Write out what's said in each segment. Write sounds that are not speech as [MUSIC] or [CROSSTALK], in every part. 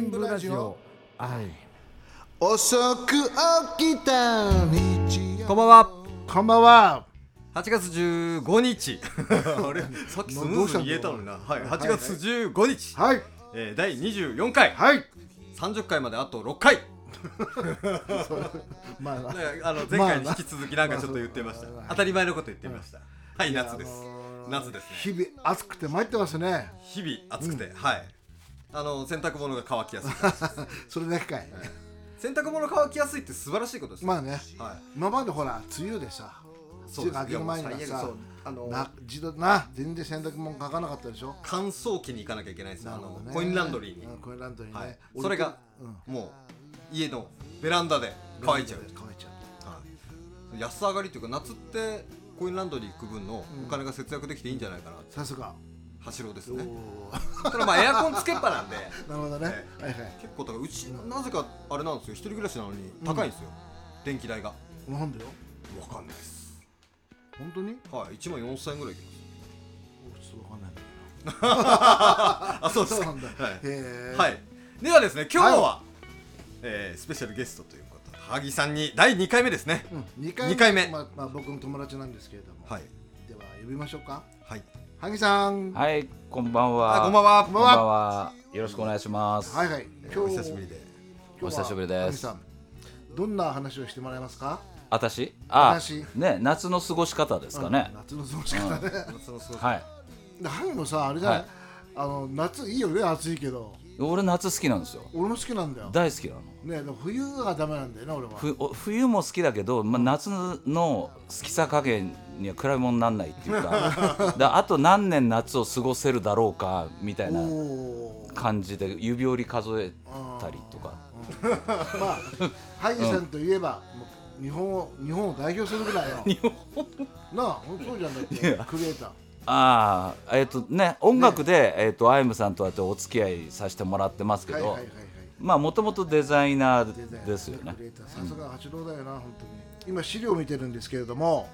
ンブラジオはい遅く起きた日曜こんばんはこんばんは8月15日 [LAUGHS] あれ [LAUGHS] さっきスムーズに言えたのにな、はい、8月15日、はいえー、第24回はい30回まであと6回、ね、 [LAUGHS] まああの前回に引き続きなんかちょっと言ってました、まあ当たり前のこと言ってました、はい夏です、あのー夏ですね日々暑くて参ってますね日々暑くて、はいあの洗濯物が乾 [LAUGHS] きやすいそれだけかい洗濯物乾きやすいって素晴らしいことですねまあねはい今までほら梅雨でさそうです梅雨が明ける前にいやはもう最悪さそうあのな自動な全然洗濯物かかなかったでしょ乾燥機に行かなきゃいけないです、なあるほのどねコインランドリーにうんコインランドリーはねい俺それがうんもう家のベランダで乾いちゃう、乾いちゃうはい安上がりというか夏ってコインランドリー行く分のお金が節約できていいんじゃないかなさすが走ろうですおー [LAUGHS] ねただまあエアコンつけっぱなんでなるほどねねはいは [LAUGHS] い結構だからうちなぜかあれなんですよ一人暮らしなのに高いんですよ、電気代がなんだよわかんないです本当にはい1万4000円ぐらいいきおちょっとわかんないんだけどますあそうでそうすかなんだはいへーはい、ではですね今日は、はえースペシャルゲストということで萩さんに第2回目ですね、うん二回二回目まあまあ僕の友達なんですけれどもはいでは呼びましょうかはい萩さんははい、こんばんは。あこんばんはこんばんはよろしくお願いします。いはいえ今ー日お久しぶりで今日はお久しぶりです萩さんどんな話をしてもらえますか私、あ、私ね、夏の過ごし方ですかうねん。夏の過ごし方ね夏の過ごしはい。で萩もさあれじゃない、はいあの夏いいよね暑いけど俺夏好きなんですよ。俺も好きなんだよ大好きなの。ねでも冬がダメなんだよね俺はふお冬も好きだけど、まあ、夏の好きさ加減には比べ物にならないっていうかだあと何年夏を過ごせるだろうかみたいおなおー感じで指折り数えたりとかまあ萩さんといえば、もう日本を日本を代表するぐらいのなあそうじゃんだってクリエイターああえっ、とね音楽で、えっとアイムさんとはってお付き合いさせてもらってますけはいど、はいはいはいまあもともとデザイナデザイーンですよねクリエイターさすが八郎だよな、本当に今資料見てるんですけれども、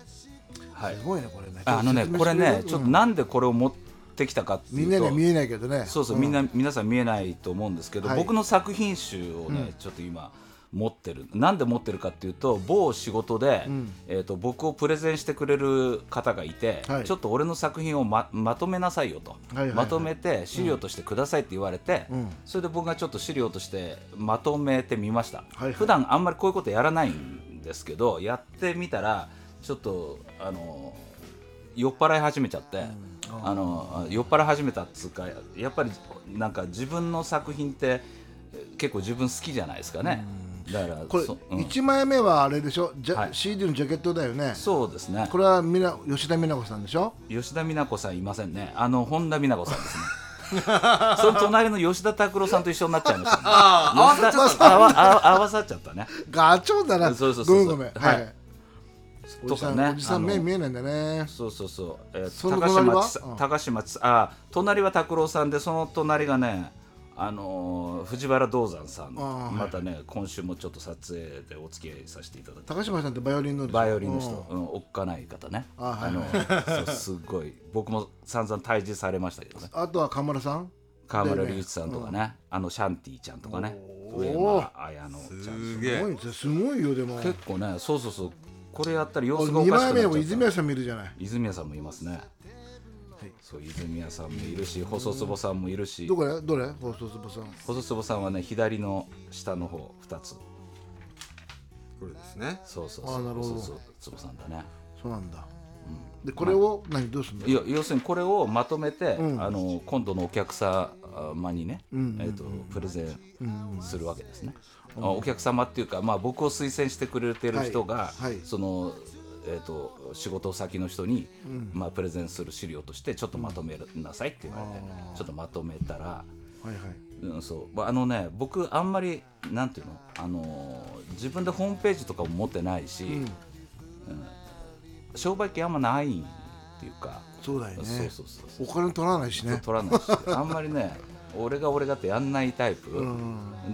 はいすごいねこれねあのね説明これねしてちょっとうんなんでこれを持ってきたかってみいんなうにとは見えないけどねそうそう、みんな皆さん見えないと思うんですけど、はい僕の作品集をね、ちょっと今持ってるなんで持ってるかっていうと某仕事で、うんえー、と僕をプレゼンしてくれる方がいて、はいちょっと俺の作品をままとめなさいよと、いはいはいまとめて資料としてくださいって言われて、うんそれで僕がちょっと資料としてまとめてみました、いはい普段あんまりこういうことやらないんですけどやってみたらちょっとあの酔っ払い始めちゃって、あの酔っ払い始めたっつうかやっぱりなんか自分の作品って結構自分好きじゃないですかね、だからこれそ,うん、一枚目はあれでしょじゃ、はい CD のジャケットだよねそうですねこれはみな吉田美奈子さんでしょ吉田美奈子さんいませんねあの本田美奈子さんです [LAUGHS] ねその隣の吉田拓郎さんと一緒になっちゃいました、ね、ああ合わせちゃったんだあわあ合わさっちゃったねガチョウだなそうそうそうそうごめんごめんは、はいいおじさん、とかねおじさんあの目見えないんだねそうそうそう、えーその高隣は島ちさうん高島ちさあ隣は拓郎さんでその隣がねあのー藤原道山さんあーまたね、今週もちょっと撮影でお付き合いさせていただいた高島さんってバイオリンのでしょバイオリンのうん人、うん、おっかない方ねあはいのそうすごい僕も散々退治されましたけどねあとは河村さん河村隆一さんとかね、あのシャンティちゃんとかね上お間彩乃ちゃんすげすえごいですすごいよでも結構ねそうそうそうこれやったら様子がお2かしく枚なっち目ゃっもた泉谷さん見るじゃない泉谷さんもいますね、そう泉谷さんもいるし細坪さんもいるしどこでどれ放送つぼさん細坪さんはね左の下の方2つこれですねそうそうあそーなるうほど細坪さんだねそうなんだ、でこれを何どうすんのいや要するにこれをまとめて、うんあの今度のお客様にね、うんうんうんえー、とプレゼンするわけですね、あお客様っていうか、まあ、僕を推薦してくれてる人が、はいはいその、えー、と仕事先の人に、まあ、プレゼンする資料としてちょっとまとめなさいって言われて、ちょっとまとめたら。はいはいうん、そうまああのね僕あんまりなんていうの、あのー自分でホームページとかも持ってないし、うん商売系あんまないっていうか、そうだよねそうそうそうそうお金取らないしね取らないしあんまりね俺が俺がってやんないタイプ、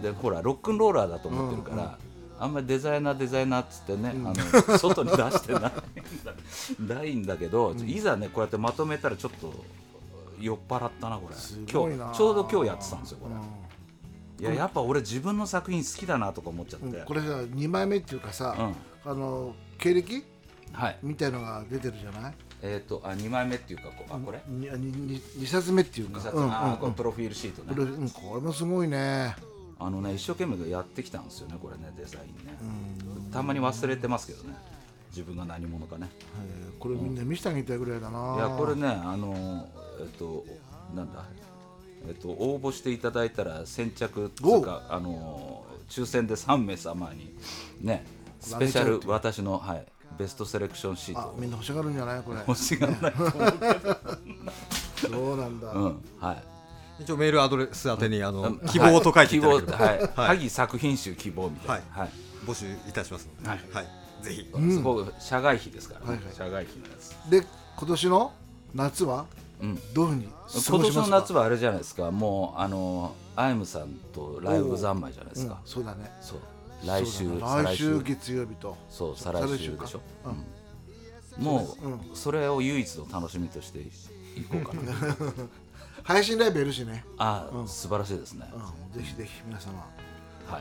でほらロックンローラーだと思ってるから、あんまりデザイナーデザイナーっつってね、あの外に出してないんだないんだけど、いざねこうやってまとめたらちょっと酔っ払ったなこれごいな今日ちょうど今日やってたんですよこれ、いややっぱ俺自分の作品好きだなとか思っちゃって、うんこれさ2枚目っていうかさ、あの経歴はいみたいのが出てるじゃないえっ、とあ2枚目っていうかこうあこれににに2冊目っていう2か冊、うんうんあーこれプロフィールシートこれねうんこれもすごいねあのね一生懸命やってきたんですよねこれねデザインね、たまに忘れてますけどね自分が何者かねえーこれみんな見せてあげたいぐらいだないいやこれねあのえっとなんだえっと応募していただいたら先着つうかあの抽選で3名様にねスペシャル私のはいベストセレクションシーあトみんな欲しがるんじゃないこれ欲しがらないと思うそうなんだ、うんはい一応メールアドレス宛てにああのの希望と書いてい希ただ望ければはいはい萩作品集希望みたいなはい募集いたしますので、ははいい、ぜひ。すごい社外費ですからはいねはい社外費のやつで今年の夏はうんどういうふうに過今ごし年まのすか夏はあれじゃないですかもうあのアイムさんとライブ三昧じゃないですかうん、そうだねそう来週そうだ再ね来来週週月曜日とそう再再来来週週でかしょ、うんうんもそうですうそれを唯一の楽しみとしていこうかな配信ライブやるしね、 [LAUGHS] あー素晴らしいですね、うん、ぜひぜひ皆様は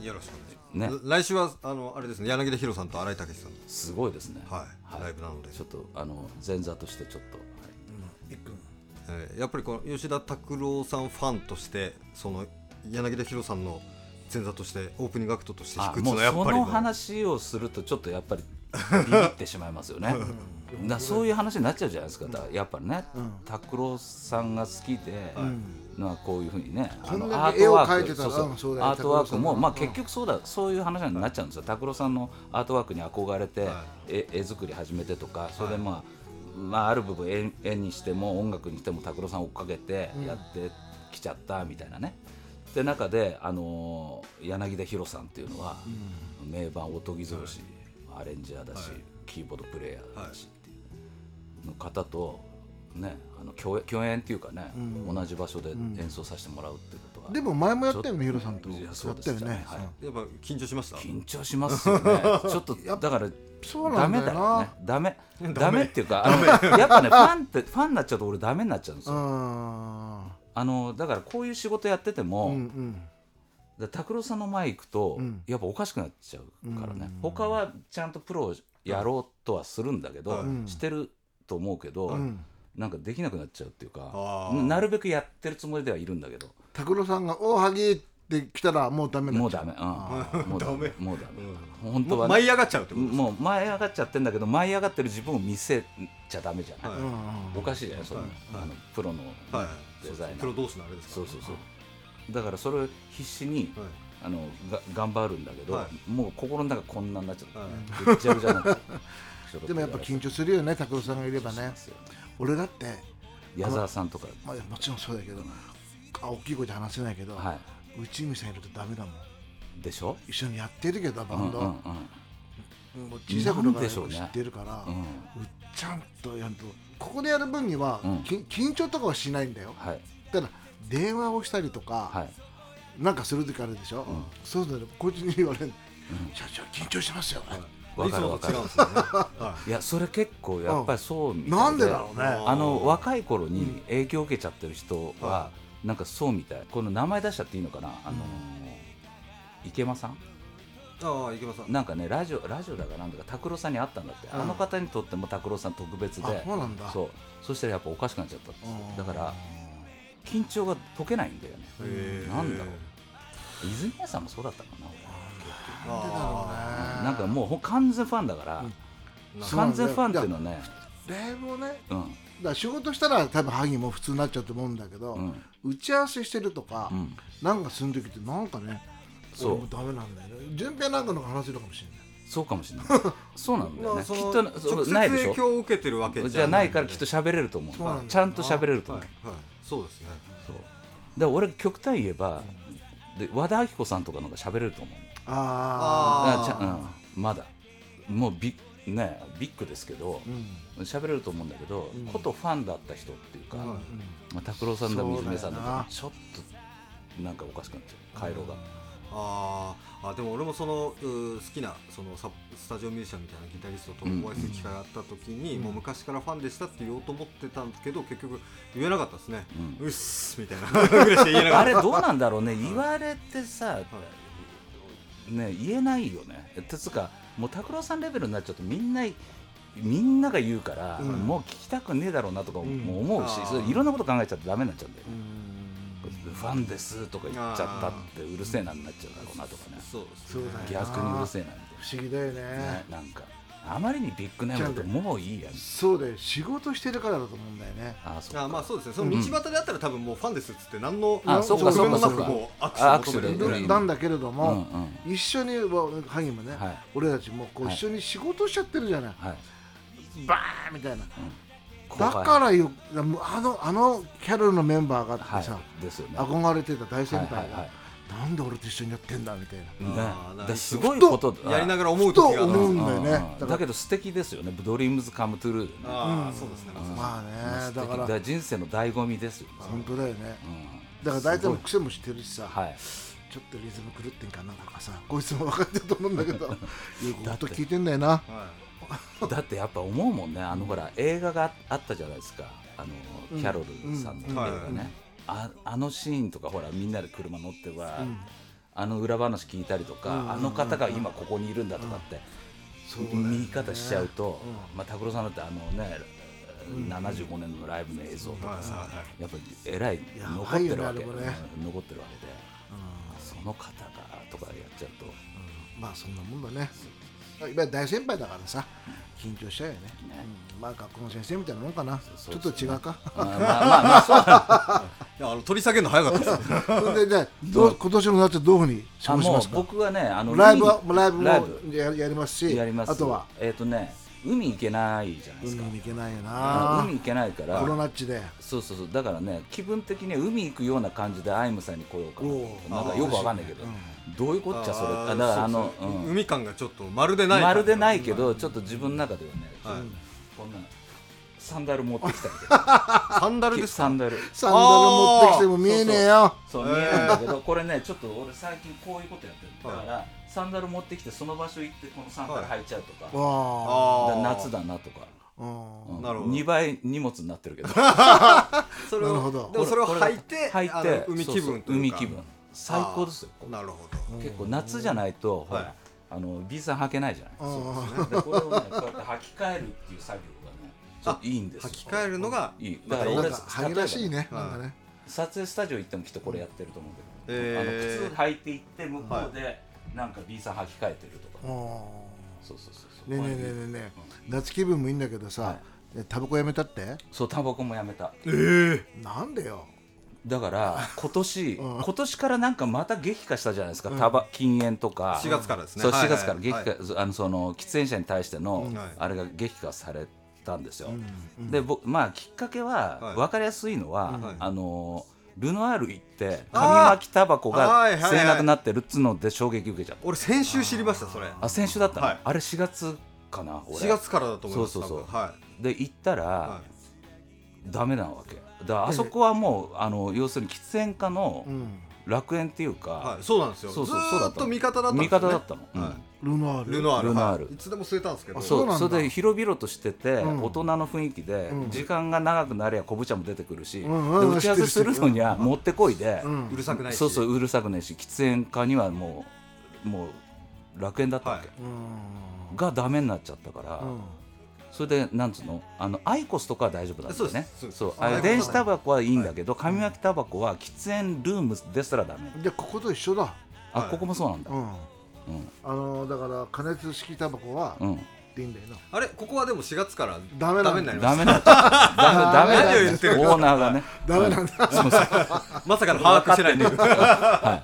いよろしくおね願いします。来週はあのあれですね、柳田博さんと新井武さんのすごいですねはいライブなのでちょっとあの前座としてちょっと、いっくんえーやっぱりこの吉田拓郎さんファンとしてその柳田博さんの前座としてオープニングアクトとしてはい弾くあっていもうのはやっぱうそりのもう話をするとちょっとやっぱりビビってしまいますよねなそういう話になっちゃうじゃないですかだやっぱりねうん拓郎、さんが好きで、なこういうふうにねあこのんだけアートワ絵をー描いクてたらそうそううんそうだよアートワークも、拓郎さんのまあ、うん結局そうだそういう話になっちゃうんですよ拓郎、さんのアートワークに憧れて、は絵絵作り始めてとかそれでまあ、まあ、ある部分絵絵にしても音楽にしても拓郎さんを追っかけてやってきちゃったみたいなね。で中で、あのー柳田博さんっていうのは、名盤おとぎ造し、アレンジャーだし、はいキーボードプレイヤーだしっていう、の方と、ね、あの共演共演っていうかね、同じ場所で演奏させてもらうってことは、でも前もやったよねヒロさんといややそうっでたよすね、はいやっぱ緊張しました。緊張しますよねちょっとだからそうなダんだメよだなよねダメダメっていうかあの [LAUGHS] やっぱねファンってファンになっちゃうと俺ダメになっちゃうんですうよ、んあのだからこういう仕事やってても、うんうんで拓郎さんの前行くと、んやっぱおかしくなっちゃうからね、他はちゃんとプロをやろうとはするんだけど、はしてると思うけど、んなんかできなくなっちゃうっていうかあ、ーなるべくやってるつもりではいるんだけど拓郎さんが「大萩」って来たらもうダメになもっうちゃダうメ、うん、もうダメもうダメ、本当もはうね、舞い上がっちゃうってことです。もう舞い上がっちゃってんだけど舞い上がってる自分を見せちゃダメじゃない、はいうんおかしいじゃないそんな、あのプロのはい。デザイナープロ同士のあれですかそら。うそうそうだからそれを必死に、はいあのが頑張るんだけど、はもう心の中こんなになっちゃはって、ぐっちゃぐちゃになっちゃうでもやっぱ緊張するよね拓郎さんがいればそうなねんですよ俺だって、矢沢さんとかまあ、もちろんそうだけどあ大きい声で話せないけど、は内海さんいるとダメだもんいでしょ一緒にやってるけどバンド、うんうんもう小さい頃からなんでしょうね知ってるから、うんうんうっちゃんとやるとここでやる分には、うんき緊張とかはしないんだよはいただ電話をしたりとか、はいなんかする時あるでしょ、んそうだねこいつに言われる、社長緊張してますよ、わい。いかつるもわとかる違うんですよね。はいやそれ結構やっぱりそうみたいなんでだろうねあの若い頃に影響を受けちゃってる人は、なんかそうみたいこの名前出しちゃっていいのかなあのー池間さんい。ああ池間さん。なんかねラジオラジオだかなんだか拓郎さんに会ったんだって、んあの方にとっても拓郎さん特別であそうなんだそうそしたらやっぱおかしくなっちゃったってうんだから緊張が解けないんだよねへえなんだろう泉谷さんもそうだったかなあ俺なんかもうほ完全ファンだから、完全ファンっていうのはねライブをねだかうんら仕事したら多分萩も普通になっちゃうと思うんだけど、うん打ち合わせしてるとか、うんなんかする時ってなんかねそう俺もダメなんだよね順平なんかの方が話せるかもしれないそうかもしれないそうなんだよ [LAUGHS] まねあきそっのと直そう接ないでしょ影響を受けてるわけじゃないかららきっと喋れると思うそうなんだよなちゃんと喋れるとは思いう、はい。そうですね。そうだから俺極端に言えば、で和田アキ子さんとかの方が喋れると思うああだからちーゃうん、まだもうビッ,、ね、ビッグですけどあうん喋れると思うんだけど、ことファンだった人っていうか、はいまあ、拓郎さんだそうだよな水目さんだとちょっとなんかおかしくなっちゃう回路が、あーあでも俺もそのうー好きなそのサスタジオミュージシャンみたいなギタリストとお会いする機会があった時に、もう昔からファンでしたって言おうと思ってたんだけど結局言えなかったですね、うっすみたいなぐらいしか言えなかあったれどうなんだろうね言われてさ、ね、言えないよねてつかもう拓郎さんレベルになっちゃうとみんなみんなが言うから、んもう聞きたくねえだろうなとかももう思うし、あーそれいろんなこと考えちゃってダメになっちゃうんだよ、うんファンですとか言っちゃったってうるせえなになっちゃうだろうなとかねそうですそうねだね逆にうるせえなみ不思議だよねたいな、ねなんかあまりにビッグネームだともういいやみそうだよ仕事してるからだと思うんだよねたいなあーそうあまあそうですねその道端であったら多分もうファンですっつって何のあそうか不そう便かもなそうくかもう握手を求めある握手でうんなんだけれどうんうも、ん一緒にわ萩もね、はい俺たちもこうはい一緒に仕事しちゃってるじゃない、はいバーンみたいな後だ輩からよもうあのあのキャロルのメンバーがあってはいさ、ですよね憧れてた大先輩が、はいはいはいなんで俺と一緒にやってんだみたいな、ねあーだなからすごいことだやりながら思ふう時とがある思うんですだよねうだんだからけど素敵ですよね「ドリームズカムトゥルーねああそうですねまあ素ね敵だから人生の醍醐味ですよね本当だよねうんだから大体の癖も知ってるしさ、はいちょっとリズム狂ってんかなとかさこいつも分かってると思うんだけ [LAUGHS] どよく音聞いてんだよなはいだってやっぱ思うもんねあのほら映画があったじゃないですかあのキャロルさんの映画ね、うんはいああのシーンとかほらみんなで車乗っては、あの裏話聞いたりとか、あの方が今ここにいるんだとかって、そうだよね見方しちゃうと、まあ、拓郎さんだってあのね、75年のライブの映像とかさ、はいはいはやっぱりえらいや残ばっいてよるねわあけ、れもねうん残ってるわけで、その方がとかやっちゃうと。まあそんなもんだねいわゆる大先輩だからさ緊張しちゃうよねうんまあ学校の先生みたいなもんかなちょっと違うかあーまあまあまあそうなんだいやあの取り下げるの早かったですねそれ [LAUGHS] でねどう今年の夏どういうふうに過あごしもうますか僕はねあのライブはライブもライブややりますしやりますあとはえっ、とね海行けないじゃないです海かに行けないよあなの海行けないからコロナっちでそうそうそうだからね気分的には海行くような感じでアイムさんに来ようかなおうなんかよくわかんないけど、ど [LAUGHS] ういうこっちゃそれーあだからあのそうですねうん海感がちょっとまるでない感じまるでないけどちょっと自分の中ではね、はいこんなサンダル持ってきたりとサンダルでかすサンダルサンダル持ってきても見えねえよそう見えないんだけど、これねちょっと俺最近こういうことやってるだから、サンダル持ってきてその場所行ってこのサンダル履いちゃうとか,、わーだ夏だなとか。あうんなるほど2倍荷物になってる [LAUGHS] けどそれなるをほどでもそれをこが履いて履いあての海気分とそうそういう海か気分最高ですよあーなるほど結構夏じゃないと、ほはらいあの B さん履けないじゃないあーそうですねでこれをねこうやって履き替えるっていう作業がねちょっといいんです履よき替えるのがいいまだたからなん俺か萩らしいね例えばなんねかね撮影スタジオ行ってもきっとこれやってると思うけど、えーあの靴履いて行って向こうでなんか B さん履き替えてるとか、あそうそうそうそうーねえねえねえねえねえ夏気分もいいんだけどはさえタバコやめたってそうタバコもやめたなんでよだから今年、今年からなんかまた激化したじゃないですか、タバ禁煙とか4月からですねそうはいは4い月から激化、はいあのその喫煙者に対しての、はいあれが激化されたんですよ、で僕まあきっかけは、はい分かりやすいのは、はいあのルノアール行って紙巻きタバコはがいはいはい吸えなくなってるっつうので衝撃受けちゃった、俺先週知りましたそれあ先週だったの、はいあれ4月かな俺4月からだと思いますそうそうそう多分はで行ったら、いはダメなわけだからあそこはもうあの要するに喫煙家のうん楽園っていうか、いはいそうなんですよずそうそうそうだーっったのと味方だったんです味よ方だったの、うんはルノアーいルルノアールルノアールはいいつでも吸えたんですけどあそそううなんだそれで広々としてて、うん大人の雰囲気で、うん時間が長くなりゃ昆布茶も出てくるし、うんうんで打ち合わせするのにはもってこいで、うんうるさくないしそうそううるさくないし喫煙家にはもうもう楽園だったわけ、はうんがダメになっちゃったから、うんそれでなんつうのあのアイコスとかは大丈夫なんだよねそうですそうそうですあアイコスはれね電子タバコはいいんだけど、紙巻きタバコは喫煙ルームですらダメ、じゃあここと一緒だあはいここもそうなんだ、うんうんあのだから加熱式タバコはうん、いいんだよなあれここはでも4月 [LAUGHS] からダメなんだになりまダしメだダ [LAUGHS] メ何をダメ言ってるだオーナー [LAUGHS] がねダメなんだそうそうたまさかの把握してないねは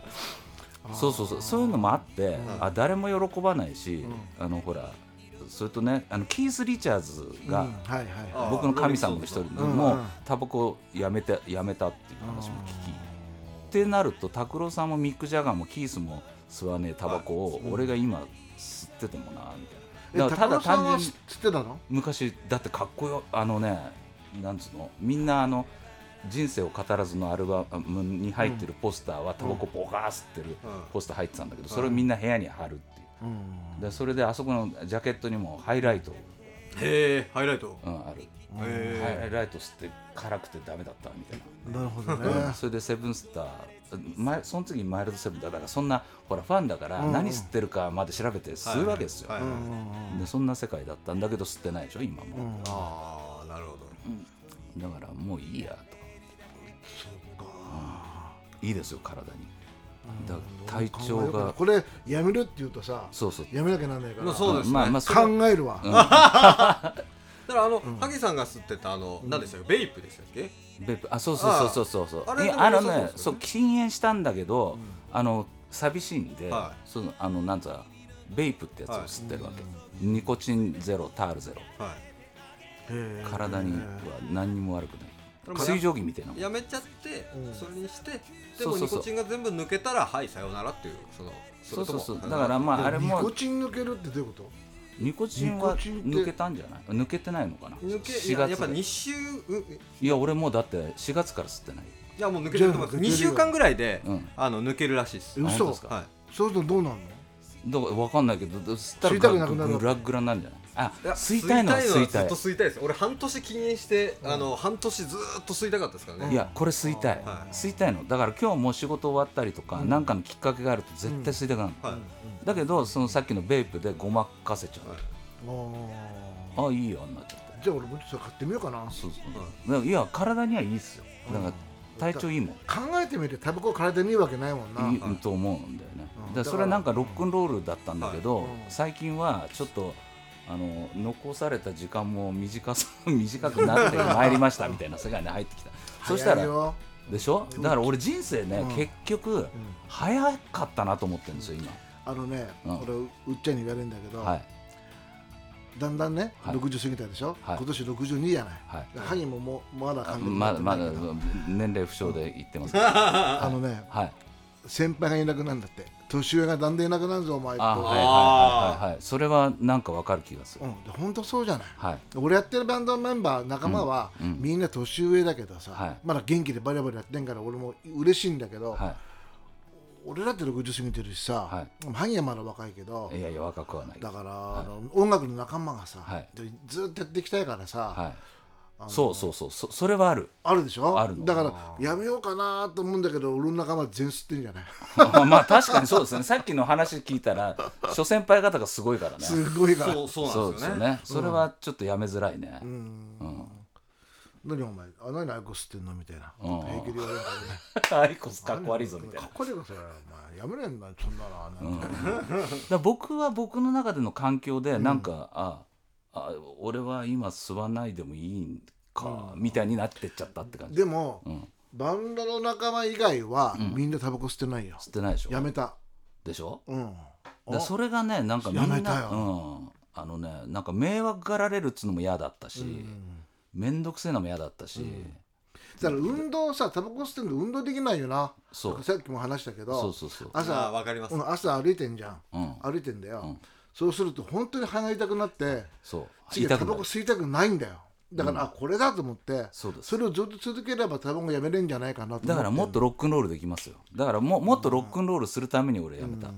い、そうそうそうそういうのもあって、あ誰も喜ばないし、あのほらそれとねあのキース・リチャーズうがん、はいはいあ僕の神様の一人うんもタバコをやめてやめたっていう話も聞き、ってなると拓郎さんもミック・ジャガーもキースも吸わねえタバコを、俺が今吸っててもなみえたいなだからただ高田さんは単知って純たの昔だってかっこよあのねなんつうのみんなあの人生を語らずのアルバムに入ってるポスターはタバコボガー吸ってるうんポスター入ってたんだけどそれをみんな部屋に貼るっていうでそれであそこのジャケットにもハイライト、へえハイライトうん、あるへハえイライト吸って辛くてダメだったみたいななるほどねうんそれでセブンスター前その次にマイルドセブンだだからそんなほらファンだからうん何吸ってるかまで調べて吸うわけですよ、はいはいはいでそんな世界だったんだけど吸ってないでしょ今も、うんああなるほどだからもういいやとうんいいですよ体にだから体考え調ようかながこれやめるって言うとさそうそうやめなきゃなんないからまあそうですねまあまあそれ考えるわ、だからあの、萩さんが吸ってたあの、何でしたっけベイプでしたっけベップあそうそうそうそうそうそうあれえでもあの良さそうですよねねそう禁煙したんだけど、あの寂しいんで、はそのあのなんつうのベイプってやつを吸ってるわけ、ニコチンゼロタールゼロはへえ体には何にも悪くでないも水蒸気みたいなもんいやめちゃって、うんそれにしてでそもうそニうそコうチンが全部抜けたらはいさようならっていうそのそうそうそうれだともからまああれニコもチン抜けるってどういうこニコチンはニコチンって抜けたんじゃない抜けてないのかな抜けい4ややっ月ぱで2週うんいいや俺もうだって4月から吸ってないやもう抜けてると思います2週間ぐらいで、うんあの抜けるらしいですと本当で嘘すかはそうするとどうなんのだから分かんないけどだ吸ったら吸いたくなくなるグラグラになるんじゃないあいいや吸いたいのは吸いたずいっと吸いたいです俺半年禁煙して、あの半年ずーっと吸いたかったですからねいやこれ吸いたい、はい吸いたいのだから今日もう仕事終わったりとか何、なん、かのきっかけがあると絶対吸いたくなる、はい、だけどそのさっきのベイプでごまかせちゃう、はいああいいよになっちゃってーじゃあ俺もちょっと買ってみようかなそうそう、い、や体にはいいっすよだから体調いいもん、考えてみてタバコ体にいいわけないもんな、いいうんと思うんだよね、うんだからそれはなんかロックンロールだったんだけど、はいうん最近はちょっとあの残された時間も短さ [LAUGHS] 短くなってまいりましたみたいな世界に入ってきたそした早いらよでしょだから俺人生ね、うん結局早かったなと思ってるんですよあのね、うん俺うっちゃんに言われるんだけど、今はいだんだんね、はい60過ぎたでしょ、はい今年62じゃない、はい萩ももうまだあ感覚まだまだけど、年齢不詳で言ってますけどはあのねい先輩がいなくなるんだって年上がだんだんいなくなるぞお前とあうはんいはいはいはいはいそれはなんかわかる気がする、で本当そうじゃないはい俺やってるバンドメンバー仲間は、うんうんみんな年上だけどさ、はいまだ元気でバリバリやってんから俺も嬉しいんだけど、は俺だって60過ぎてるしさ、は萩はまだ若いけどいいやいや若くはないだから、はいあの音楽の仲間がさ、はいでずっとやっていきたいからさ、はいあのそうそうそうそそれはある [LAUGHS] あるでしょあるのだからやめようかなと思うんだけど俺の仲間全吸ってんじゃないまあ確かにそうですねさっきの話聞いたら諸先輩方がすごいからねすごいからそうそそうなうんでですすよよねねそれはちょっとやめづらいね、うん何お前あ何アイコス吸ってんのみたいなうん平気で言われるからねアイコス [LAUGHS] かっこ悪いぞみたいなかだっかこ悪いことだよお前やめれんなそんなのなんか、ら僕は僕の中での環境でなんか、ああ俺は今吸わないでもいいんか、みたいになってっちゃったって感じでも、うんバンドの仲間以外は、みんなタバコ吸ってないよ吸ってないでしょやめたでしょうんだからそれがねなんかみんやめたな、ようん、あのねなんか迷惑がられるっつうのも嫌だったし面倒くせえのも嫌だったし、だから運動さタバコ吸ってんの運動できないよなそうさっきも話したけどそうそうそうああ朝わかります、うん朝歩いてんじゃんうん歩いてんだよ、うんそうすると本当に鼻痛くなってそう次痛タくバなコる吸いたくないんだよだから、あこれだと思ってそうですれをずっと続ければタバコやめれんじゃないかなと思ってだからもっとロックンロールできますよだからももっとロックンロールするために俺やめた、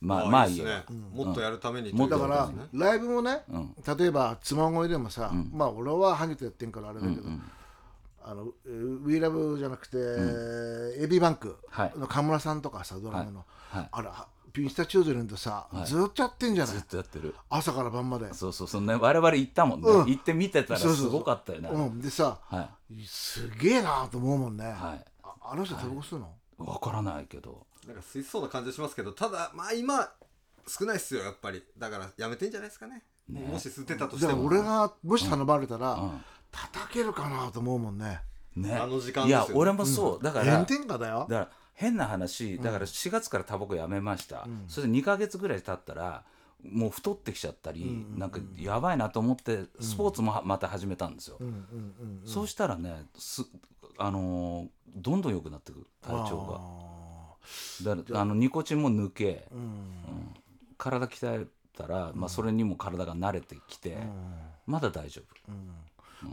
まあまあいいでよ、すね、もっとやるためにもっとだやかるらライブもね、うん例えばつま声でもさ、まあ俺はハゲてやってんからあれだけど、あのえー WeLove じゃなくて、エビバンクはいの河村さんとかさドラムの、はいはいあらピンスタチュードレンとさ、ずっとやってんじゃないずっとやってる朝から晩までそうそうそうね我々行ったもんね、うん行って見てたらそうそうすそうごかったよねうん、でさはいすげえなと思うもんね、はいああの人タバコ吸うの、わからないけどなんか吸いそうな感じしますけどただまあ今少ないっすよやっぱりだからやめてんじゃないですかねもし吸ってたとしでてもも俺がもし頼まれたら、うん叩けるかなと思うもんねねあの時間いでやすよね俺もそうだから、炎だ天下だよから変な話だから4月からタバコやめました、それで2ヶ月ぐらい経ったらもう太ってきちゃったり、なんかやばいなと思ってスポーツもはまた始めたんですよ、うんうんそうしたらねすあのーどんどん良くなってくるうん体調があだからあのニコチンも抜け、ーうん体鍛えたら、まあ、それにも体が慣れてきて、まだ大丈夫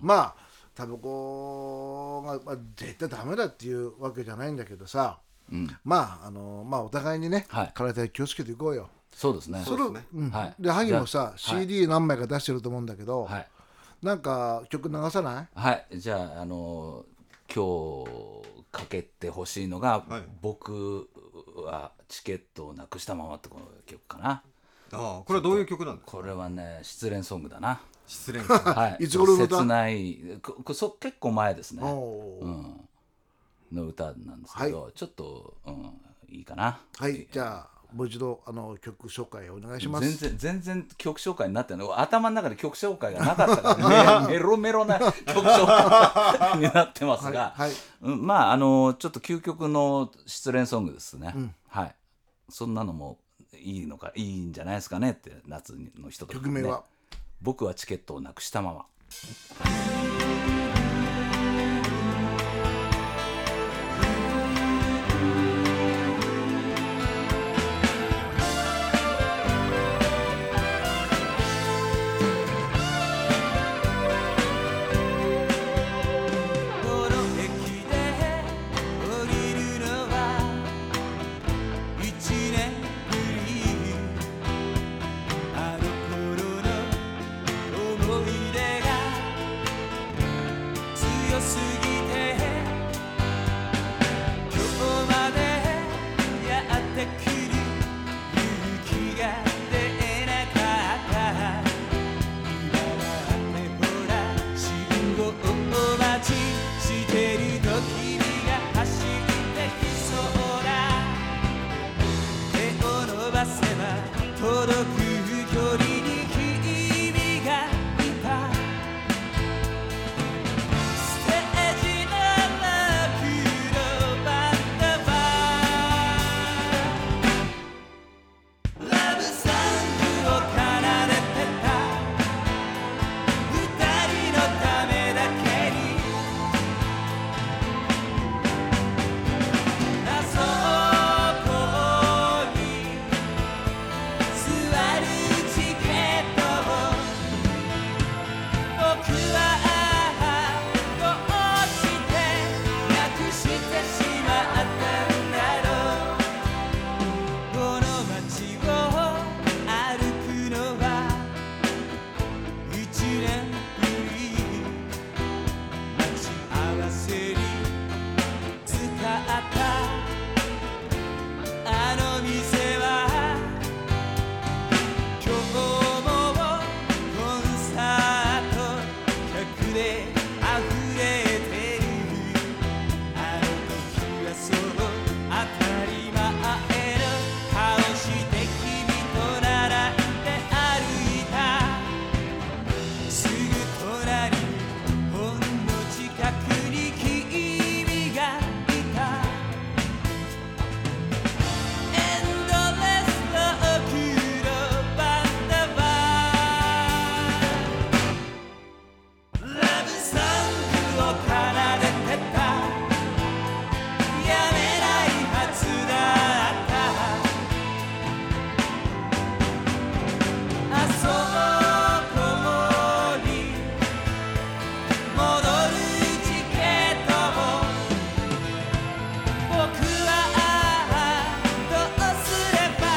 まあタバコが、まあ、絶対ダメだっていうわけじゃないんだけどさうん、まああのまあお互いにね、はい体に気をつけていこうよそうですね。そうですねうんはいで萩もさじゃあはい CD 何枚か出してると思うんだけど、はい、なんか曲流さないはい、じゃあ、あの今日かけてほしいのが、はい僕はチケットをなくしたままってこの曲かな。ああこれはどういう曲なんですかこれはね、失恋ソングだな。失恋歌はい、いつ頃の歌切ない、ここそ結構前ですね。おーうん、の歌なんですけど、ちょっと、うん、いいかな。はいじゃあもう一度あの曲紹介お願いします全然全然曲紹介になってない頭の中で曲紹介がなかったから、 [LAUGHS] ね、メロメロな曲紹介になってますが、はい、はい、うん、まああのちょっと究極の失恋ソングですね、うんはいそんなのもいいのかいいんじゃないですかねって夏の人とかね曲名は僕はチケットをなくしたままこの駅で降りるのは一年ぶりあの頃の思い出が強すぎて今日までやってくる勇気が出なかった「今だってほら信号待ちしてると君が走ってきそうだ」「手を伸ばせば届く距離に君がいた」「ステージのラクのバンドバー」「ラブソングを奏でてた」「二人のためだけに」「あそこに座るチケットを」「僕はどうしてなくしてしまったんだろう」この街を歩くのは一年ぶり待ち合わせに使ったあの店は今日もコンサート客で溢れてる「あの時はそう当たり前の顔して君と並んで歩いた」「すぐ隣にほんの近くに君がいた」「エンドレスの奥のバンダバー」「ラブソングを奏でてた」「やめないはずだった」「あそこに戻るチケットを」「僕はどうすれば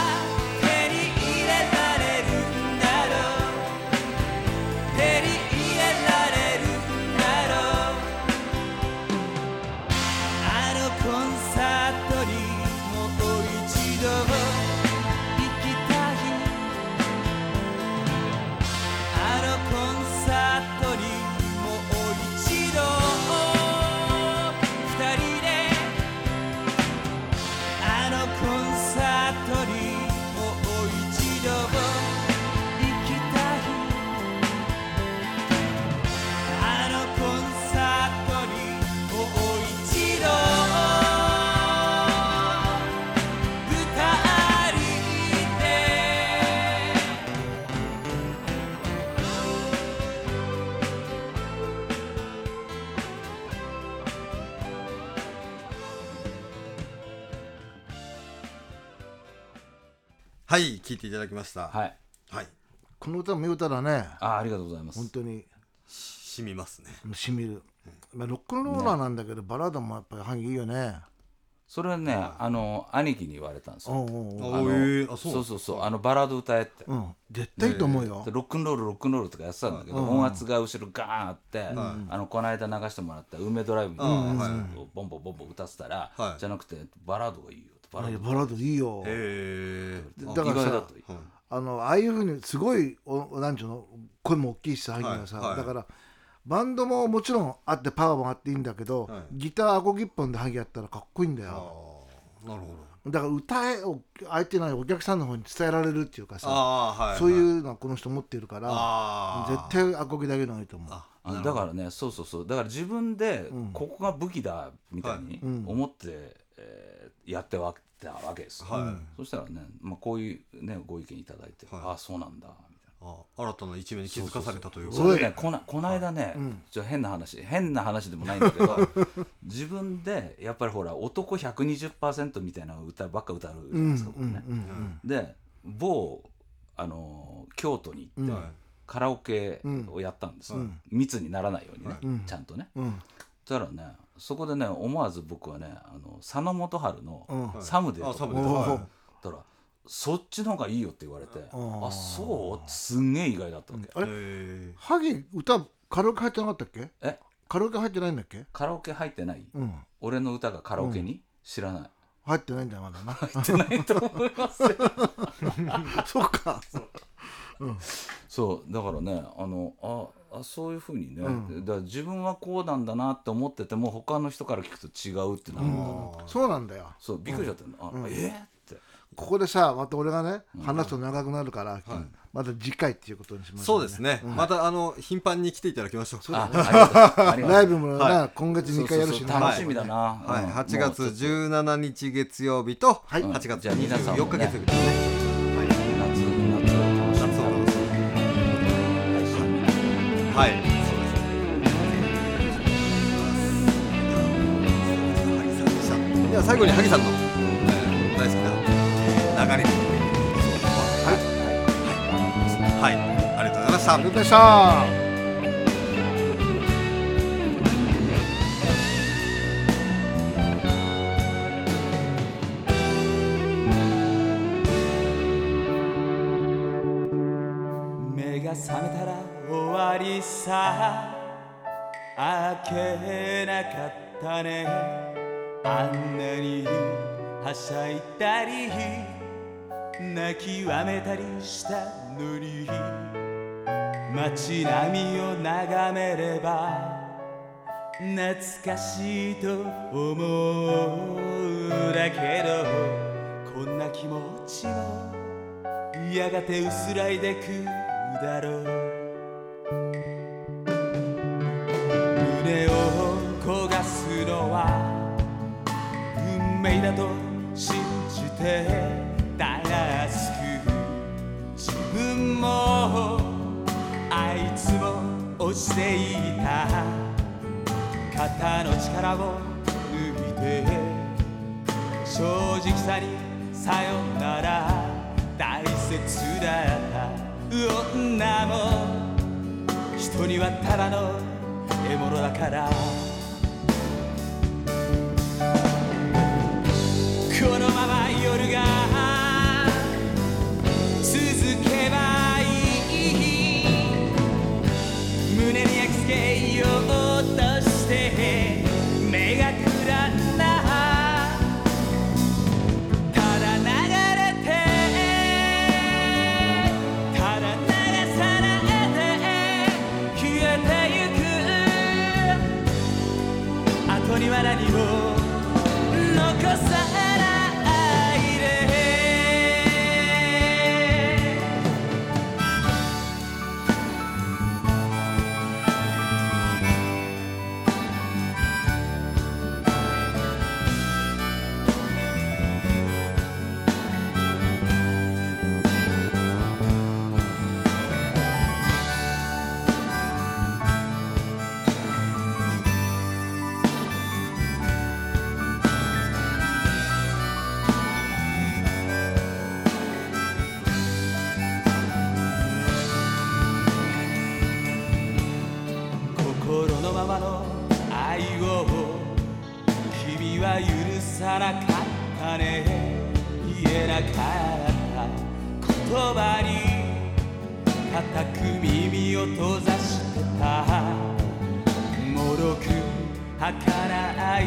手に入れられるんだろう」「手に入れられるんだろう」あのコンサートにもう一度行きたいあのコンサートにもう一度二人であのコンサートにもう一度行きたいあのコンサートにもう一度二人ではい聴いていただきましたはいはいこの歌もいい歌だねあありがとうございます本当にしみますねしみるまあ、ロックンローラーなんだけど、バラードもやっぱり萩いいよねそれはねあの兄貴に言われたんですうよんうんうん、あのえーあそそううそうそうあのバラード歌えってうん、絶対いいと思うよ、でロックンロールロックンロールとかやってたんだけど、うん音圧が後ろガーンあって、あのこの間流してもらった「梅ドライブ」みたいなやつうんうんをボンボンボンボン歌ってたら、はいじゃなくてバラードがいいよバラあいーやドバラードいいよへえだから意外ださとはいあのああいうふうにすごいおなんちゅうの声も大きいしさ萩がさ、はいはいだからバンドももちろんあってパワーもあっていいんだけど、はいギターアコギ一本で萩やったらかっこいいんだあよーなるほどだから歌えを相手のお客さんの方に伝えられるっていうかさああはいはいそういうのはこの人持ってるからああ絶対アコギだけの方がいいと思うああだからねそうそうそうだから自分でんここが武器だみたいにうん思って、えーやってわたわけですよ、はいそしたらね、まあ、こういう、ね、ご意見いただいて、はいああそうなんだみたいな。あ新たな一面に気づかされたというそれね、こなこの間ね、ちょっと変な話変な話でもないんだけ [LAUGHS] ど自分でやっぱりほら男120%みたいな歌ばっか歌ううじゃないんですか、僕うんねう。んで某、あのー京都に行って、うんはいカラオケをやったんですよ、うん密にならないようにね、うんちゃんとね。うんうんそしたらねそこでね思わず僕はねあの佐野元春うんの「サムデー」あサムとデかーおーはいたら「そっちの方がいいよ」って言われて「んあそう?」すんげえ意外だったわけ。あれへ萩歌カラオケ入ってなかったっけえカラオケ入ってないんだっけカラオケ入ってない、うん俺の歌がカラオケに、知らない入ってないんだよまだな入ってないと思いますよ [LAUGHS] そうかそうだからねあのああそういうふうにね、うんだから自分はこうなんだなって思ってても他の人から聞くと違うってなるんだな、そうなんだよそうびっくりしちゃったの、あえーってここでさまた俺がね話すと長くなるから、また次回っていうことにしまーすそうですねまたあの頻繁に来ていただきましょうあありがとうありがとうライブもな、は今月2回やるしそうそねうそう楽しみだな、はい、うん8月もうちょっ17日月曜日とはい8月じゃあ皆さんも24ね日月曜日ですね。と夏夏を楽しみ夏を楽しみはい、そうですね。萩さんでした。では最後に萩さんの、えー大好きな流れ。はい、はい、ありがとうございましたあり。がとうございました目が覚めたら終わりさあけなかったねあんなにはしゃいだり泣きわめたりしたのに街並みを眺めれば懐かしいと思うだけどこんな気持ちもやがて薄らいでくだろう胸を焦がすのは運命だと信じてたらすく自分もあいつも落ちていた肩の力を抜いて正直さにさよなら大切だった女も人にはただの獲物だからこのまま夜が続けばいい胸に焼き付けようとして目がくらんだ「ただ流れて」「ただ流されて」「消えてゆく」「後には何も残さないで」らなかったね言えなかった言葉に固く耳を閉ざしてたもろく儚い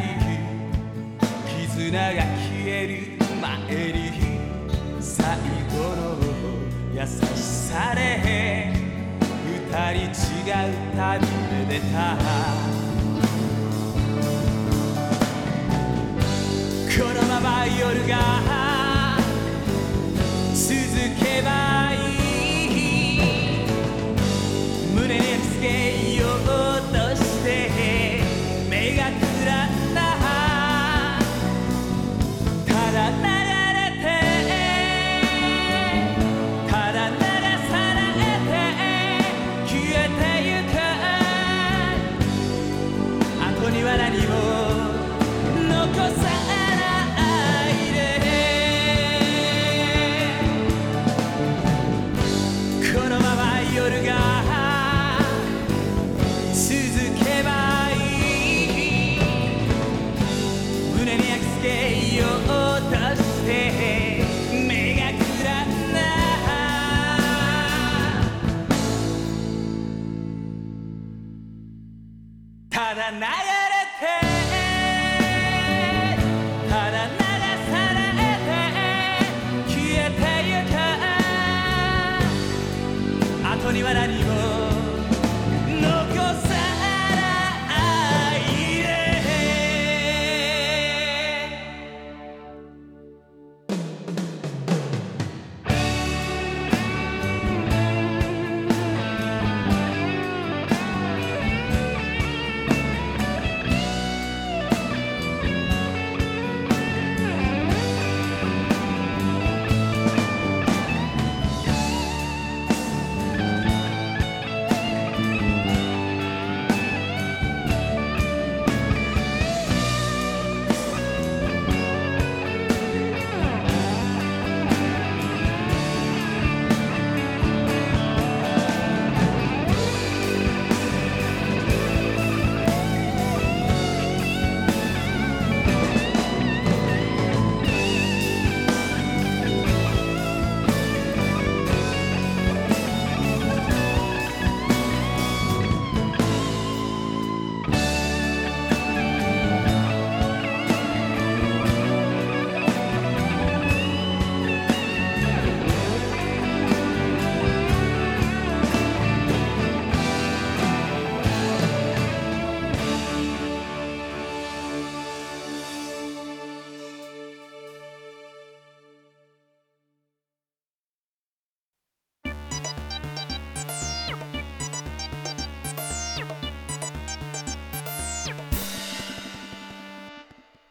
絆が消える前に最後の優しさで二人違う旅で出たこのまま夜が続けばいい胸につけようとして目がくらんだただ流れてただ流されて消えてゆく後には何も残さないでこのまま夜が続けばいい胸に焼き付けようとして目がくらんだただ流れてただ流されて消えてゆく後には何も残さないで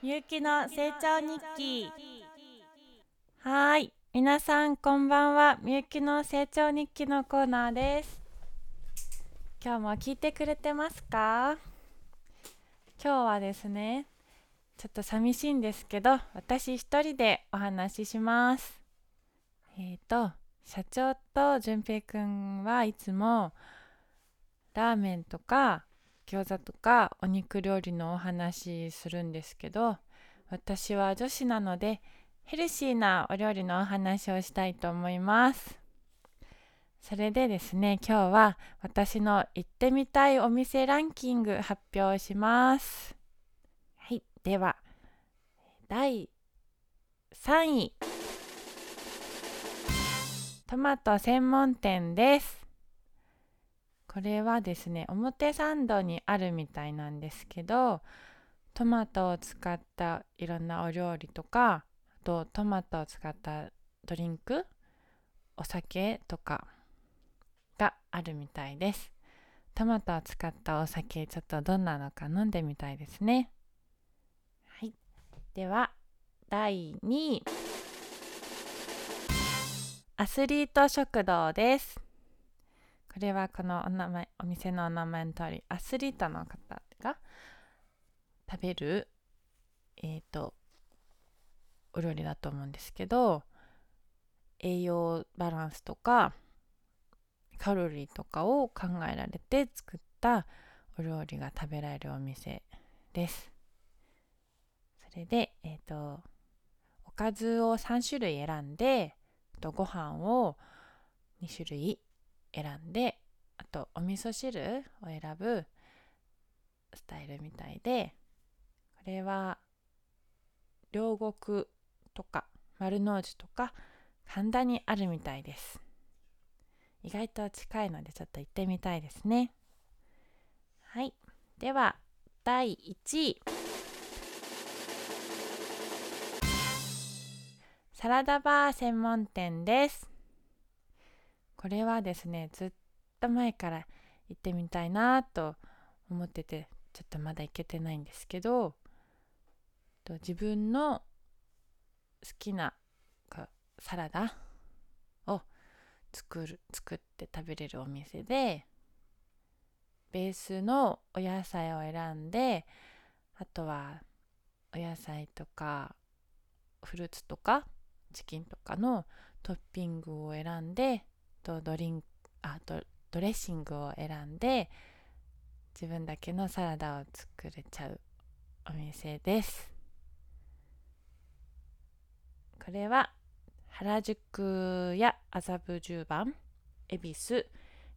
みゆきの成長日記はーい皆さんこんばんはみゆきの成長日記のコーナーです今日も聞いてくれてますか今日はですねちょっと寂しいんですけど私一人でお話ししますえーと社長と淳平くんはいつもラーメンとか餃子とかお肉料理のお話するんですけど私は女子なのでヘルシーなお料理のお話をしたいと思いますそれでですね今日は私の行ってみたいお店ランキング発表しますはいでは第3位トマト専門店ですこれはですね表参道にあるみたいなんですけどトマトを使ったいろんなお料理とかあとトマトを使ったドリンクお酒とかがあるみたいですトマトを使ったお酒ちょっとどんなのか飲んでみたいですねはいでは第2位アスリート食堂ですこれはこのお名前お店のお名前の通りアスリートの方が食べるえっ、とお料理だと思うんですけど栄養バランスとかカロリーとかを考えられて作ったお料理が食べられるお店です。それでえっ、とおかずを3種類選んであとご飯を2種類選んであとお味噌汁を選ぶスタイルみたいでこれは両国とか丸の内とか神田にあるみたいです意外と近いのでちょっと行ってみたいですねはいでは第1位サラダバー専門店ですこれはですねずっと前から行ってみたいなと思っててちょっとまだ行けてないんですけどと自分の好きなかサラダを作る作って食べれるお店でベースのお野菜を選んであとはお野菜とかフルーツとかチキンとかのトッピングを選んでとドリンあドドレッシングを選んで自分だけのサラダを作れちゃうお店です。これは原宿や麻布十番恵比寿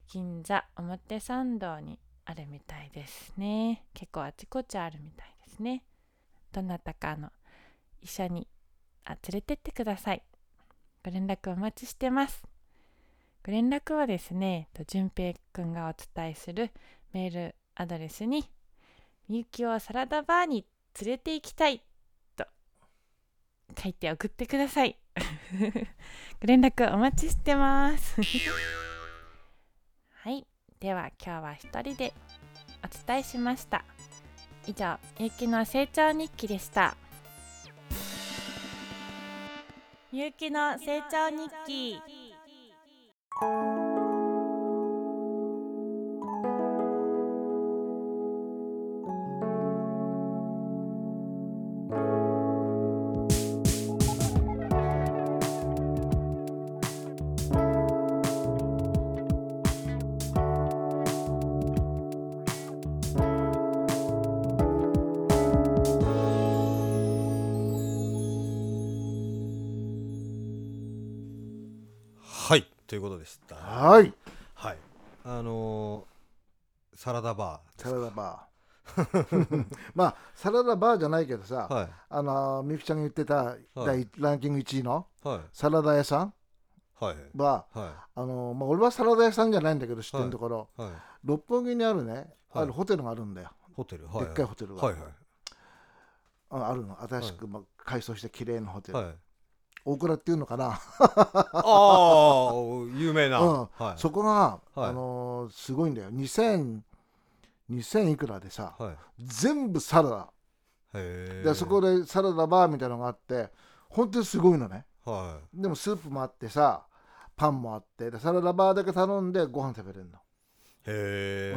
銀座表参道にあるみたいですね結構あちこちあるみたいですねどなたかあの一緒にあ連れてってくださいご連絡お待ちしてますご連絡はですねと淳平くんがお伝えするメールアドレスにみゆきをサラダバーに連れて行きたい書いて送ってください [LAUGHS] ご連絡お待ちしてます [LAUGHS] はいでは今日は一人でお伝えしました以上みゆきの成長日記でしたみゆきの成長日記はいということでしたはいはいあのーサラダバサラダバー [LAUGHS] まあサラダバーじゃないけどさ、ーはあのーみゆきちゃんが言ってた第、はランキング1位のいはいサラダ屋さんはいははあのーまあ、俺はサラダ屋さんじゃないんだけど知ってるところ、 [LAUGHS] いはい六本木にあるねはいあるホテルがあるんだよ、ホテルはいでっかいホテルが、はいはいああるの新しく、まあ、改装して綺麗なホテル、はい大倉っていうのかな、ああ有名な、うんはいそこが、はいあのーすごいんだよ2000 2000いくらでさ、はい全部サラダへえでそこでサラダバーみたいなのがあって本当にすごいのねはでもスープもあってさパンもあってでサラダバーだけ頼んでご飯食べれるの、いへ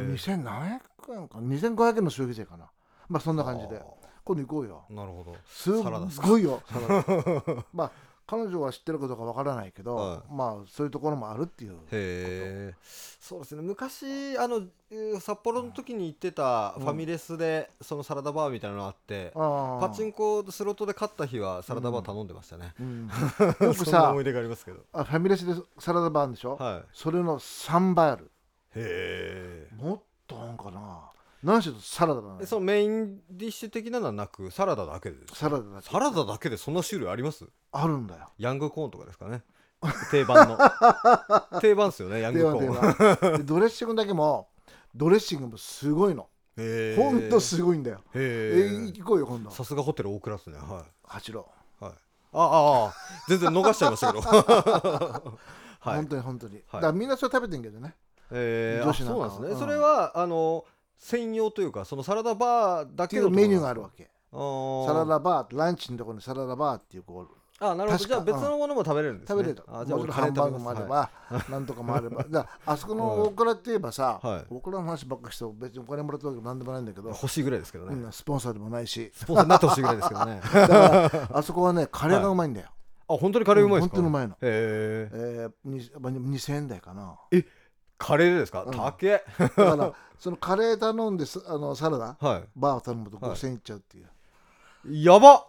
え2000何百円か2500円の消費税かなまあそんな感じで今度行こうよなるほどすっサラダっすかごいよサラダまあ彼女は知ってることかわからないけど、はまあそういうところもあるっていうへえそうですね昔あのえー札幌の時に行ってたファミレスで、そのサラダバーみたいなのあってあーパチンコスロットで勝った日はサラダバー頼んでましたね、うんよく [LAUGHS] そんなさ思い出がありますけどあファミレスでサラダバーあるんでしょ、はそれの3倍あるいへもっとなんかな何しろサラダなのえよそのメインディッシュ的なのはなくサラダだけですサラダだけサラダだけでそんな種類ありますあるんだよヤングコーンとかですかね定 [LAUGHS] 番の定番ですよねヤングではコでーンはでドレッシングだけもドレッシングもすごいのへえほんとすごいんだよえへーえ行こうよ今度さすがホテル大倉っすねはい八郎はい、あああ全然逃しちゃいま [LAUGHS] したけどはい本、当に本当にだはいからみんなそれ食べてんけどねえー、女あ子そうなんかはなんですね、うんそれはあの専用というかそのサラダバーだってけいのうメニューがあるわけあサラダバーランチのところにサラダバーっていうこうあなるほど確じゃかあ別のものも食べれるんです、食ねべれるあもじゃちあろん僕ハンバーグもカあレれー食べますばなんとかもあればだからあそこの大倉っていえばさはい大倉の話ばっかりしても別にお金もらったわけもなんでもないんだけはいど欲しいぐらいですけどね、うんスポンサーでもな [LAUGHS] いしスポンサーになってほしいぐらいですけど [LAUGHS] ねあだからあそこはねカレーがうまいんだよ本当にカレーうまいですか、うん本当にうまいのへええーにまあ2000円台かなカレーですか、うん高えだからそのカレー頼んですあのサラダはいバーを頼むとはい5000円いっちゃうっていう、やばっ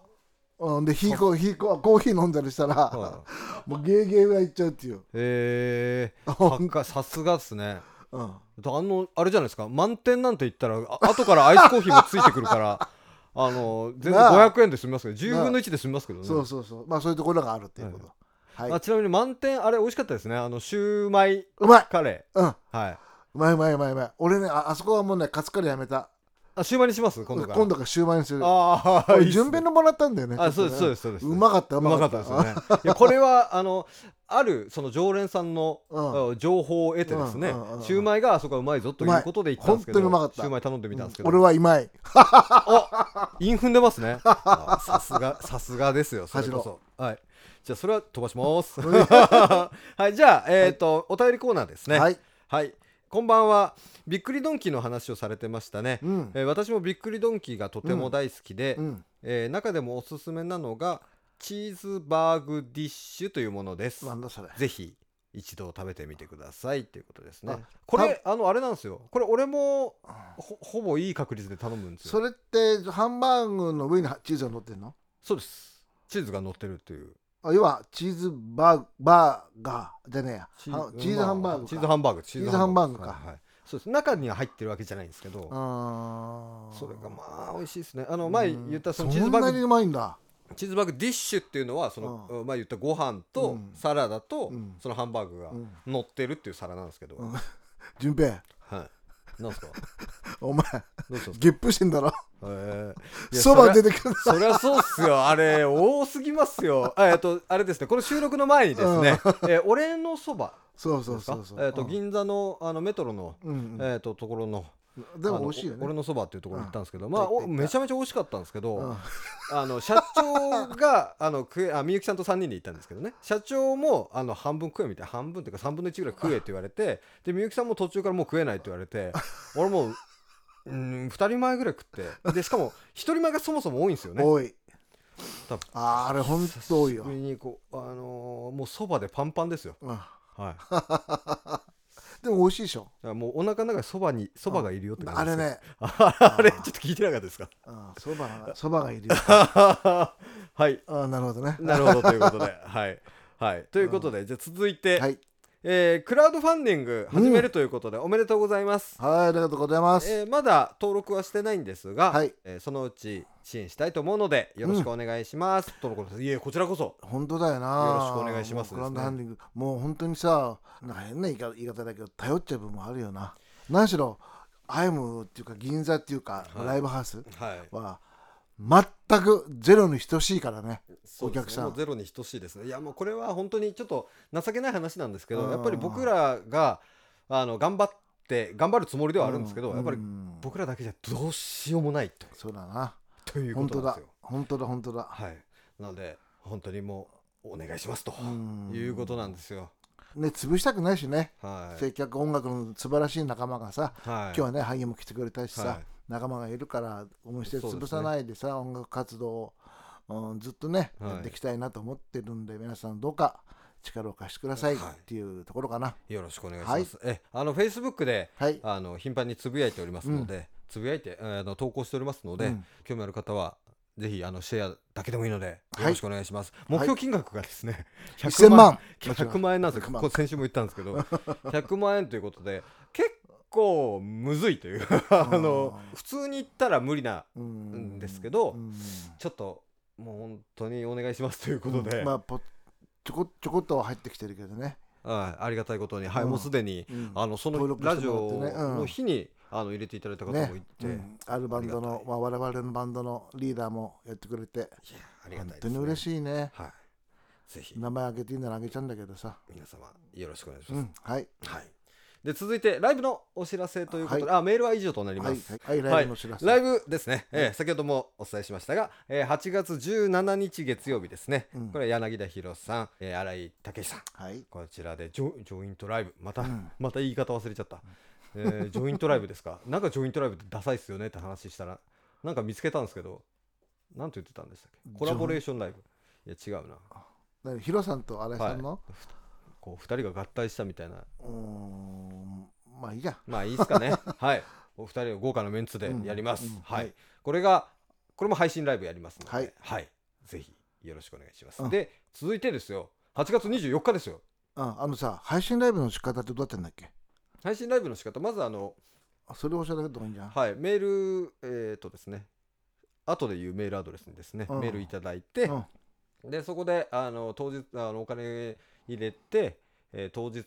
うん、でひいこひいこコーヒー飲んだりしたら、はもうゲーゲーがいっちゃうっていう、へえほんー、 [LAUGHS] さすがっすねうん、あのあれじゃないですか満点なんて言ったらあ後からアイスコーヒーもついてくるから [LAUGHS] あの全然なあ500円で済みますけど10分の1で済みますけどねそうそうそうまあそういうところがあるっていうことはい、あちなみに満点あれ美味しかったですねあのシューマイうまいカレうんうーはいまいうまいうまいうまい俺ねああそこはもうねカツカレーやめたあシューマイにします今今度度からからシューマイにするああ俺順便のもらったんだよねあそうですちょっそとねうですそうですうまかったううまかったですよねいやこれはあのあるその常連さんのう情報を得てですねうんうんうんうんシューマイがあそこはうまいぞということで行ったんですけどうまい本当にうまかったシューマイ頼んでみたんですけど俺は今井インフンでますね。あさすが、さすがですよ。それこそ。はい。じゃあ、それは飛ばします。 [LAUGHS] はい、じゃあ、えっ、と、お便りコーナーですね。ははい。いこんばんは。びっくりドンキーの話をされてましたね。うんえー私もびっくりドンキーがとても大好きで、うんえー中でもおすすめなのがチーズバーグディッシュというものです。なんだそれぜひ一度食べてみてくださいということですねあ。これあのあれなんですよ。これ俺もほほぼいい確率で頼むんですよそ。れってハンバーグの上にチーズが乗ってんのそうです。チーズが乗ってるっていう。あ要はチーズバーバーガーじゃねえやチはチーズハンバーグかチーズハンバーグ。チーズハンバーグかはいはいそうです。中には入ってるわけじゃないんですけうど。ーんそれがまあ美味しいですね。あの前言ったそのチーそズんバなーにグうまいんだチーズバーグディッシュっていうのはそのう前言ったご飯うとんサラダとうんそのハンバーグがうん乗ってるっていう皿なんですけど。んは順平い。なんですか。お前どうしたんです [LAUGHS] かゲップしてんだろえー。いやそばれ出てくるそりゃそうっすよ。あれ、多すぎますよ。あえっと、あれですね、この収録の前にですね、えー俺のそばそうそでうすかそうそうえっと、うん銀座のあのメトロの、うんうんえっと、ところの、でもあの美味しいよねお俺のそばっていうところに行ったんですけど、まあ、行った行おっためちゃめちゃ美味しかったんですけど、うんあの、社長が、 [LAUGHS] あの、くえ、あ、みゆきさんと3人で行ったんですけどね、社長も、あの、半分食えみたいな、半分っていうか3分の1ぐらい食えって言われて、で、みゆきさんも途中からもう食えないって言われ [LAUGHS] て、俺もう、うん、2人前ぐらい食って、で、しかも、1人前がそもそも多いんですよね。多い多分あーあれほんと多いよ上にこうあのーもうそばでパンパンですようんはいだかでも美味しいでしょらもうお腹の中にそばにそばがいるよってあ感じれですよね [LAUGHS] あれちょっと聞いてなかったですか [LAUGHS] うんそばがそばがいるよはいあーなるほどねなるほどということで [LAUGHS] はいはいということで、じゃあ続いて、はいえークラウドファンディング始めるということで、おめでとうございますはいありがとうございますえーまだ登録はしてないんですが、はいえーそのうち支援したいと思うのでよろしくお願いします、登録ですいえこちらこそ本当だよなよろしくお願いしますもうグランドハンディングもう本当にさなんか変な言い方言い方だけど頼っちゃう部分もあるよな何しろアイムっていうか銀座っていうか、はいライブハウスはいは全くゼロに等しいからねそうですねお客さんもうゼロに等しいですねいやもうこれは本当にちょっと情けない話なんですけうどんやっぱり僕らがあの頑張って頑張るつもりではあるんですけど、うやっぱりうん僕らだけじゃどうしようもないとそうだなというこ本と当なんでだすよ本当だ本当だはいなので本当にもうお願いしますとうんいうことなんですよね潰したくないしね、はい、接客音楽の素晴らしい仲間がさ、はい、今日はね萩も来てくれたしさ、はい仲間がいるから思いしてそうですね潰さないでさ、音楽活動を、うんずっとね、はいやっていきたいなと思ってるんで皆さんどうか力を貸してくださいっはいていうところかなよろしくお願いします、えあのフェイスブックではい、あの頻繁につぶやいておりますので、つぶやいて、えーあの投稿しておりますので、うん興味ある方はぜひあのシェアだけでもいいのでよいろしくお願いします、目標金額がですね、 1000万100万円なんですよ100万ここ先週も言ったんですけど [LAUGHS] 100万円ということで結構むずいという [LAUGHS] あの普通に言ったら無理なうんんですけどうんちょっともう本当にお願いしますということで、まあぽちょこちょこっとは入ってきてるけどね、はいありがたいことに、はいうんもうすでに、うんあのその登録ラしジてもオらってねうんの日にあの入れていただいた方もいねて、うんあるバンドありがのたいまあ、我々のバンドのリーダーもやってくれていやありが本たいです、当ね、に嬉しいねはい、ぜひ名前あげていいならあげちゃうんだけどさ、皆様よろしくお願いしうます。ん、はいはい。で続いてライブのお知らせということで、はあメールは以上となりはまいす。はいはライいブの知らせ、ライブですね、えー先ほどもお伝えしましたが、えー8月17日月曜日ですね、うんこれ柳田博さん、えー、新井武さん、はいこちらでジョジョイントライブ、また、ん [LAUGHS] また言い方忘れちゃった、えージョイントライブですか、 [LAUGHS] なんかジョイントライブってダサいっすよねって話したら、なんか見つけたんですけど、なんて言ってたんでしたっけ、コラボレーションライブ、いや違うな、何ヒロさんと新井さんの、こう2人が合体したみたいなうーんまあいいや。 [LAUGHS] まあいいですかね。はい。お二人を豪華なメンツでやります。うんうんははいい。これがこれも配信ライブやりますので、ははいいぜひよろしくお願いします、うんで続いてですよ8月24日ですよああのさ配信ライブの仕方ってどうやってんだっけ配信ライブの仕方まずあの、あそれを教えてあげた方がいいんじゃん、はい、メールえっ、とですね後で言うメールアドレスにですね、うんメールいただいて、うんでそこであの当日あのお金入れて、えー当日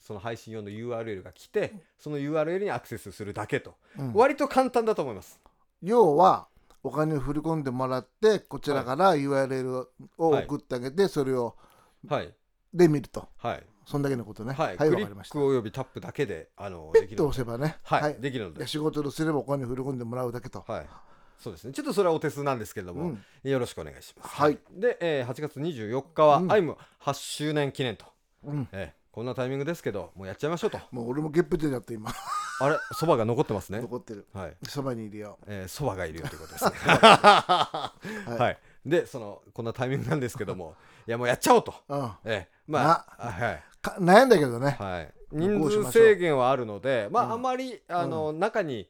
その配信用の URL が来てその URL にアクセスするだけと、うん割と簡単だと思います要はお金を振り込んでもらってこちらから URL をはい送ってあげて、それをはいで見るとはいそんだけのことねはい、はいクわ、リかりまッしたクおよびタップだけであのペできッるとので押せばねはい、できるのでで仕事をすればお金振り込んでもらうだけと、はいそうですねちょっとそれはお手数なんですけれどうも、ん、よろしくお願いします、はいで、えー8月24日は、うんアイム8周年記念と、うんえーこんなタイミングですけどもうやっちゃいましょうともう俺もゲップ出ちゃって今あれそばが残ってますね残ってるはいそばにいるよえー、そばがいるよということですね。はい、いでそのこんなタイミングなんですけどもいやもうやっちゃおうと、うんえーまあはい、か悩んだけどね、はい、ど人うしましょ数う制限はあるのでまあ、うんあまりあの、中に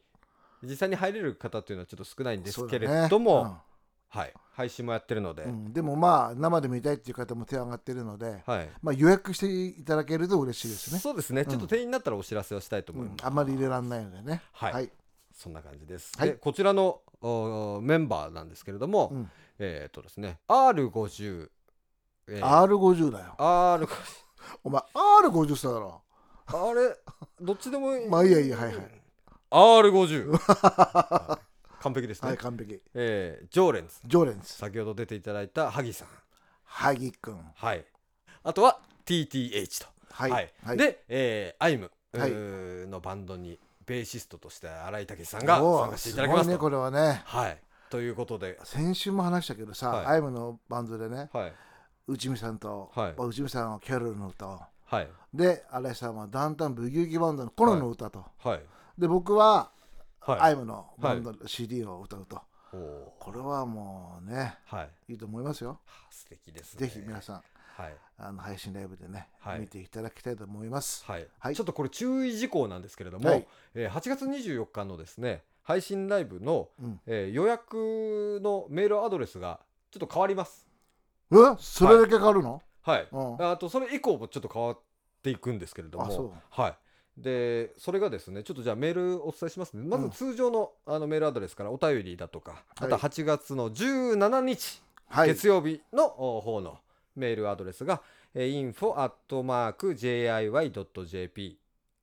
実際に入れる方というのはちょっと少ないんですそうけだねれども、はい、配信もやってるので、うんうんでもまあ生で見たいっていう方も手上がってるので、はい、まあ、予約していただけると嬉しいですね、そうですね、ちょっと定員になったらお知らせをしたいと思ういんます、、あまり入れられないのでねはいはいそんな感じです、はいでこちらのおメンバーなんですけれども、うんえっ、とですね R50、えー、 R50 だよ R50 お前 R50 歳だろあれどっちでもいい。まあいいやいいやはいはい [LAUGHS] R50。はい完璧ですね。はい完璧えー、常連です。常連です先ほど出ていただいた萩さん。萩くんはい。あとは TTH と。はいで、えー、アイム、はいえーのバンドにベーシストとして新井武さんが参加していただきおーますすごいねと。これはねはい。ということで、先週も話したけどさ、はいアイムのバンドでねはい。内海さんと、はいまあ内海さんはキャロルの歌はい。で荒井さんはダウンタウンブギウギバンドのコロの歌と、はい。で僕は、はアい。イムのバンドの CD を歌うと、おーこれはもうねはい。いいと思いますよ、はあ素敵ですね。ぜひ皆さんはい。あの配信ライブでね、はい見ていただきたいと思います、はいはいちょっとこれ注意事項なんですけれども、はいえー8月24日のですね配信ライブの、うんえー予約のメールアドレスがちょっと変わります。えそれだけ変わるの、はい、うんあとそれ以降もちょっと変わっていくんですけれどあもそ、はい、でそれがですねちょっとじゃあメールお伝えしますねまうずん通常の,、あのメールアドレスからお便りだとか、あとはい8月の17日、はい月曜日のお方のメールアドレスが、えー、info.jiy.jp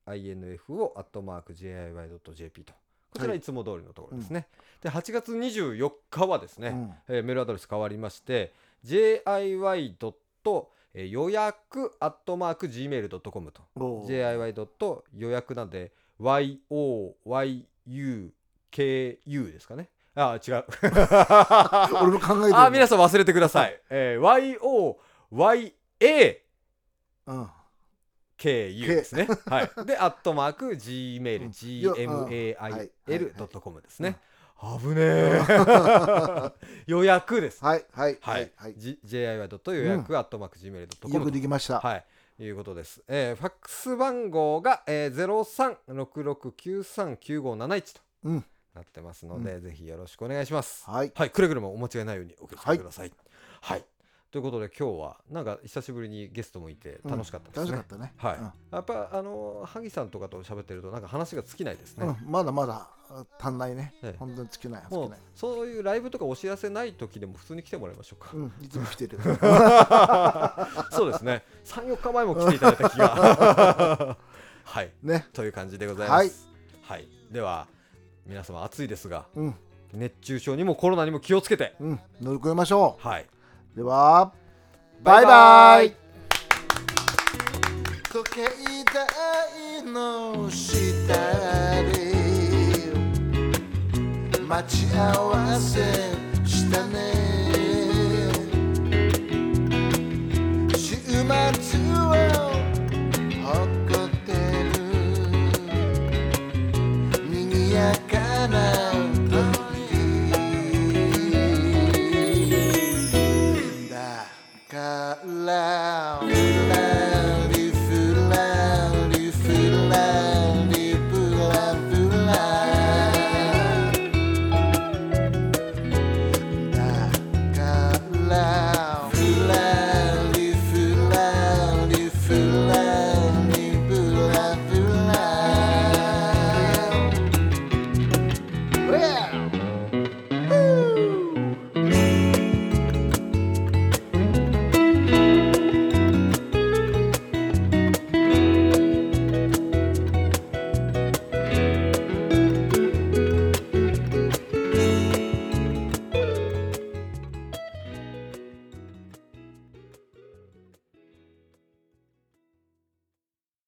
info を .jiy.jp とこちらはいいつも通りのところですね、で8月24日はですね、うんえーメールアドレス変わりまして jiy. えー予約 .gmail.com とおー jiy. 予約なんで yoyuku ですかねあー違 [LAUGHS] う俺も考えてるあー皆さん忘れてください。えー、YOYAKU ん、うん、ですね。 [LAUGHS] はい、で、アットマーク Gmail、うん gmail.com ですねうん。危ねえ。[LAUGHS] 予約です。はいはいははいい、はい、 G- JIY. 予約、アットマークよく gmail.com でと。きました、はい。いうことです。えー、ファックス番号が、えー、0366939571とうんなってますので、ぜひよろしくお願いします。はいはい、くれぐれもお間違いないようにお気をつけください。はい、ということで今日はなんか久しぶりにゲストもいて楽しかったですね。楽しかったねはい、やっぱあの萩さんとかと喋ってるとなんか話が尽きないですうんね。うんまだまだあ足んないね、ええ本当に尽きないも尽きうない、そういうライブとかお知らせない時でも普通に来てもらいましょうか。うん、いつも来てるそうです [LAUGHS] ね。三四日前も来ていただいた気が。はい。ねという感じでございます。はい。では皆様暑いですがうん熱中症にもコロナにも気をつけて。うん乗り越えましょはい。うではバイバイ時計台の下で待ち合わせしたね